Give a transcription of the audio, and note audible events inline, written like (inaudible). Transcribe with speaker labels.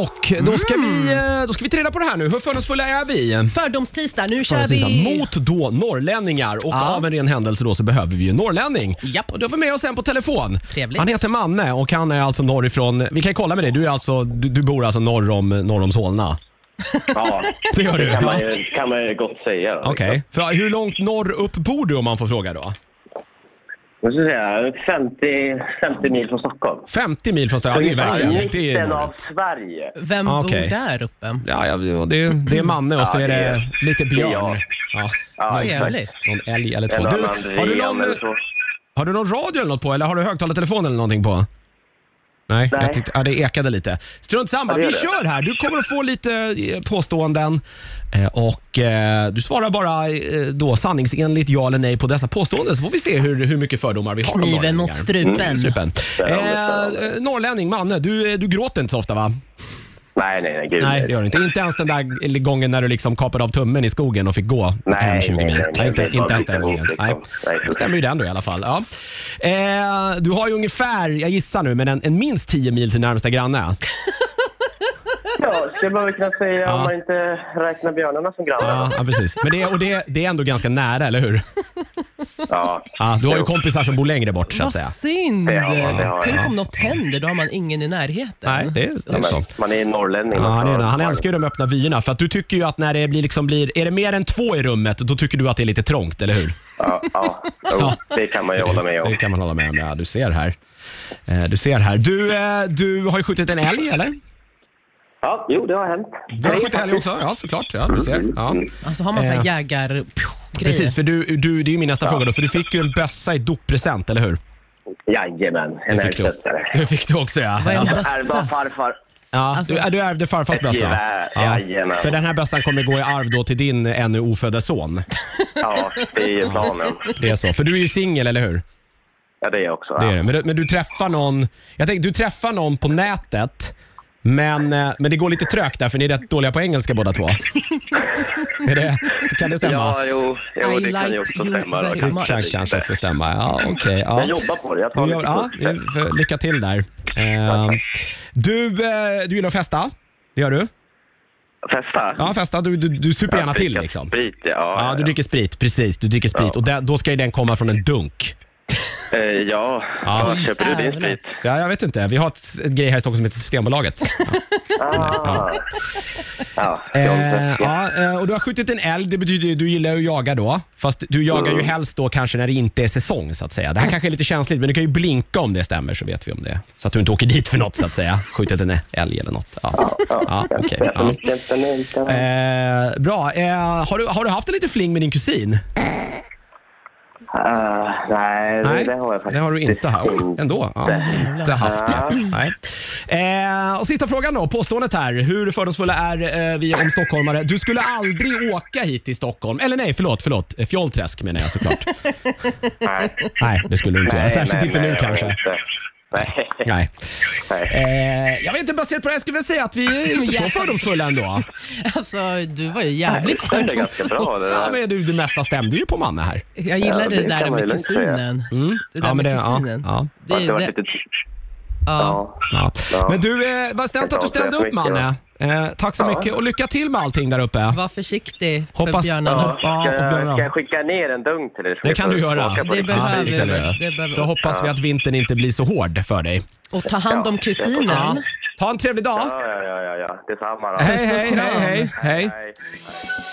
Speaker 1: Och då ska,
Speaker 2: Mm.
Speaker 1: vi, eh, då ska vi ta reda på det här nu. Hur fördomsfulla är vi?
Speaker 2: Fördomstisdag, nu kör
Speaker 1: Precis,
Speaker 2: vi!
Speaker 1: Mot då norrlänningar och
Speaker 2: Ja.
Speaker 1: av en ren händelse då så behöver vi ju en norrlänning.
Speaker 2: Japp.
Speaker 1: Och då har vi med oss en på telefon.
Speaker 2: Trevligt.
Speaker 1: Han heter Manne och han är alltså norrifrån. Vi kan kolla med dig. Du, är alltså, du, du bor alltså norr om, norr om Solna?
Speaker 3: Ja,
Speaker 1: Det gör du?
Speaker 3: det kan man
Speaker 1: ja.
Speaker 3: ju, kan man ju gott säga. då,
Speaker 1: Okej.
Speaker 3: liksom.
Speaker 1: För Hur långt norr upp bor du om man får fråga då?
Speaker 3: Jag skulle säga 50, 50 mil från Stockholm.
Speaker 1: 50 mil från Stockholm. Ja, det är verkligen... Det är
Speaker 3: mitten
Speaker 1: norrut.
Speaker 3: av Sverige.
Speaker 2: Vem
Speaker 1: Ah, okej.
Speaker 2: bor där uppe?
Speaker 1: Ja, ja, det, det är Manne och så
Speaker 3: Ja,
Speaker 1: är
Speaker 3: det
Speaker 1: det
Speaker 3: är-
Speaker 1: lite
Speaker 3: det är
Speaker 1: björn.
Speaker 3: jag.
Speaker 1: Ja.
Speaker 3: Ja,
Speaker 2: Trevligt.
Speaker 1: Någon älg eller två.
Speaker 3: En
Speaker 1: Du,
Speaker 3: annan
Speaker 1: har, du
Speaker 3: VM
Speaker 1: någon,
Speaker 3: eller så.
Speaker 1: har du någon radio eller något på eller har du högtalartelefon eller någonting på? Nej,
Speaker 3: Nej.
Speaker 1: Jag tyckte, ja, det ekade lite. Strunt samma,
Speaker 3: Ja, det
Speaker 1: vi
Speaker 3: gör det.
Speaker 1: kör här. Du kommer att få lite eh, påståenden eh, och eh, du svarar bara eh, då sanningsenligt ja eller nej på dessa påståenden så får vi se hur, hur mycket fördomar vi har om
Speaker 2: Kniven
Speaker 1: norrlänningar.
Speaker 2: mot strupen.
Speaker 1: Strupen.
Speaker 3: Spännande, spännande.
Speaker 1: Eh, norrlänning, Manne, du, eh, du gråter inte så ofta va?
Speaker 3: Nej, nej, nej. Gud,
Speaker 1: Nej, det gör du inte. Inte ens den där gången när du liksom kapade av tummen i skogen och fick gå
Speaker 3: Nej,
Speaker 1: hem 20
Speaker 3: nej,
Speaker 1: mil.
Speaker 3: nej, nej,
Speaker 1: inte,
Speaker 3: det var
Speaker 1: inte ens
Speaker 3: lite
Speaker 1: den gången.
Speaker 3: roligt, liksom.
Speaker 1: Nej.
Speaker 3: Nej.
Speaker 1: Då stämmer ju den då i alla fall. Ja. Eh, du har ju ungefär, jag gissar nu, men en, en minst 10 mil till närmsta granne.
Speaker 3: Ja, skulle man väl kunna säga
Speaker 1: Ja.
Speaker 3: om man inte räknar björnarna som
Speaker 1: Ja,
Speaker 3: grannar.
Speaker 1: ja precis. Men det, och det, det är ändå ganska nära, eller hur?
Speaker 3: Ja.
Speaker 1: Ja, du har ju kompisar som bor längre bort, så att
Speaker 2: Vad
Speaker 1: säga.
Speaker 2: synd!
Speaker 3: Det har jag, det har jag.
Speaker 2: Tänk om något händer, då har man ingen i närheten.
Speaker 1: Nej, det, det är
Speaker 3: Men
Speaker 1: så.
Speaker 3: Man är ju norrlänning.
Speaker 1: Ja,
Speaker 3: man
Speaker 1: han, är,
Speaker 3: tar-
Speaker 1: det. han älskar ju de öppna vyerna, för att du tycker ju att när det blir, liksom blir, är det mer än två i rummet, då tycker du att det är lite trångt, eller hur?
Speaker 3: Ja, ja. Jo, det kan man ju hålla med
Speaker 1: Det
Speaker 3: om.
Speaker 1: kan man hålla med om. Ja, du ser här. Eh, Du ser här. Du, eh, du har ju skjutit en älg, eller?
Speaker 3: Ja, jo, det har hänt.
Speaker 1: Du har skjutit älg också? Ja, såklart. Ja, du ser. Ja.
Speaker 2: Alltså har man sån
Speaker 1: Eh.
Speaker 2: här jägar...
Speaker 1: Precis,
Speaker 2: Precis.
Speaker 1: för du, du, det är ju min nästa fråga då, för du fick ju en bössa i doppresent, eller hur?
Speaker 3: Jajamän, en
Speaker 1: Det fick du.
Speaker 3: älgstudsare.
Speaker 1: Det fick du också ja.
Speaker 2: Vad är en
Speaker 1: ja.
Speaker 3: Ärva av
Speaker 2: bössa?
Speaker 3: farfar.
Speaker 1: ja.
Speaker 2: Alltså-
Speaker 1: du, äh, du ärvde farfars bössa?
Speaker 3: Gevär, jajamän.
Speaker 1: För den här bössan kommer gå i arv då till din ännu ofödda son.
Speaker 3: Ja, det är ju planen.
Speaker 1: Det är så. För du är ju singel, eller hur?
Speaker 3: Ja, det är jag också.
Speaker 1: Det är
Speaker 3: Ja.
Speaker 1: det. Men, du, men du träffar någon Jag tänkte, du träffar någon på nätet, men, eh, men det går lite trögt där för ni är rätt dåliga på engelska båda två. är det, kan det stämma?
Speaker 3: Ja, jo, jo
Speaker 2: I
Speaker 3: det kan
Speaker 2: like
Speaker 3: ju också
Speaker 2: you
Speaker 3: stämma. då,
Speaker 2: very
Speaker 3: kanske.
Speaker 1: det
Speaker 2: much.
Speaker 1: kan kanske också stämma. Ja, okej.
Speaker 3: Jag
Speaker 1: ja.
Speaker 3: jobbar på det. Jag tar
Speaker 1: Du
Speaker 3: lite
Speaker 1: gör- ja,
Speaker 3: kurser.
Speaker 1: vi- för- lycka till där. Eh, du, eh, du gillar att festa? Det gör du?
Speaker 3: Festa?
Speaker 1: Ja, festa. Du, du, du super gärna till
Speaker 3: Dricka
Speaker 1: liksom.
Speaker 3: Sprit, ja. ja,
Speaker 1: Ja, du
Speaker 3: ja.
Speaker 1: dricker sprit. Precis, du dricker sprit.
Speaker 3: Ja.
Speaker 1: Och där, då ska ju den komma från en dunk.
Speaker 3: Eh, ja.
Speaker 1: Ja.
Speaker 3: var köper du din
Speaker 2: Jävlar.
Speaker 3: sprit?
Speaker 1: Ja, jag vet inte. Vi har ett, ett grej här i Stockholm som heter Systembolaget.
Speaker 3: Ah. Ja, jag har inte-
Speaker 1: Eh, ja, eh, och du har skjutit en älg, det betyder ju du gillar ju att jaga då. Fast du jagar
Speaker 3: Mm.
Speaker 1: ju helst då kanske när det inte är säsong så att säga. Det här kanske är lite känsligt men du kan ju blinka om det stämmer så vet vi om det. Så att du inte åker dit för något så att säga. Skjutit en älg eller något. Ja, ja okej.
Speaker 3: Jag får
Speaker 1: ja.
Speaker 3: mycket inte nu.
Speaker 1: Eh, bra. Eh, har, du, har du haft en liten fling med din kusin?
Speaker 3: Ah, nej, nej, det har jag faktiskt
Speaker 1: det har du inte haft. Oj, Ändå. Ja, inte haft det. Nej. Eh, och sista frågan då, påståendet här. Hur fördomsfulla är eh, vi om stockholmare? Du skulle aldrig åka hit till Stockholm. Eller nej, förlåt, förlåt. Eh, Fjollträsk menar jag
Speaker 3: (laughs)
Speaker 1: såklart.
Speaker 3: Nej,
Speaker 1: nej, det skulle du inte göra.
Speaker 3: nej,
Speaker 1: Särskilt
Speaker 3: nej,
Speaker 1: inte
Speaker 3: nej,
Speaker 1: nu
Speaker 3: jag
Speaker 1: kanske.
Speaker 3: vet inte. Nej,
Speaker 1: Nej.
Speaker 3: nej.
Speaker 1: Eh, jag vet inte, baserat på det här skulle jag säga att vi är inte så
Speaker 2: Jävlar.
Speaker 1: fördomsfulla ändå.
Speaker 2: Alltså, du var ju
Speaker 3: Det
Speaker 2: jävligt
Speaker 3: stämde ganska
Speaker 2: fördomsfull.
Speaker 3: bra. Det
Speaker 1: Ja,
Speaker 3: där.
Speaker 1: men du, det mesta stämde ju på Manne här.
Speaker 2: Jag gillade
Speaker 3: Ja, det
Speaker 2: det där
Speaker 3: kan man ju
Speaker 2: med
Speaker 3: lugnt säga.
Speaker 2: kusinen. Det där
Speaker 1: Mm. Ja, men
Speaker 2: med
Speaker 1: det- ja,
Speaker 2: kusinen.
Speaker 1: ja.
Speaker 2: Det,
Speaker 3: Det var
Speaker 2: det,
Speaker 3: lite...
Speaker 2: ja.
Speaker 3: Ja.
Speaker 1: Ja.
Speaker 3: Ja.
Speaker 1: Men du, eh, vad snällt att du ställde upp Manne. Eh, tack så
Speaker 3: Ja.
Speaker 1: mycket och lycka till med allting där uppe.
Speaker 2: Var försiktig för
Speaker 1: Hoppas-
Speaker 2: björnarna.
Speaker 1: Ja,
Speaker 3: Ska,
Speaker 1: och björnar.
Speaker 3: jag- ska jag skicka ner en dunk till dig?
Speaker 1: Det kan du göra.
Speaker 2: Det
Speaker 1: Ja,
Speaker 2: behöver
Speaker 1: det kan
Speaker 2: vi.
Speaker 1: vi
Speaker 2: Det
Speaker 1: göra.
Speaker 2: behöver
Speaker 1: Så
Speaker 2: vi.
Speaker 1: hoppas vi att vintern inte blir så hård för dig.
Speaker 2: Och ta hand om kusinen.
Speaker 1: Ja. Ta en trevlig dag.
Speaker 3: 啊
Speaker 1: 哎
Speaker 3: Ja, ja, ja, ja, ja. Detsamma då. 哎
Speaker 1: Hej, hej, hej, hej, hej.
Speaker 3: Hej.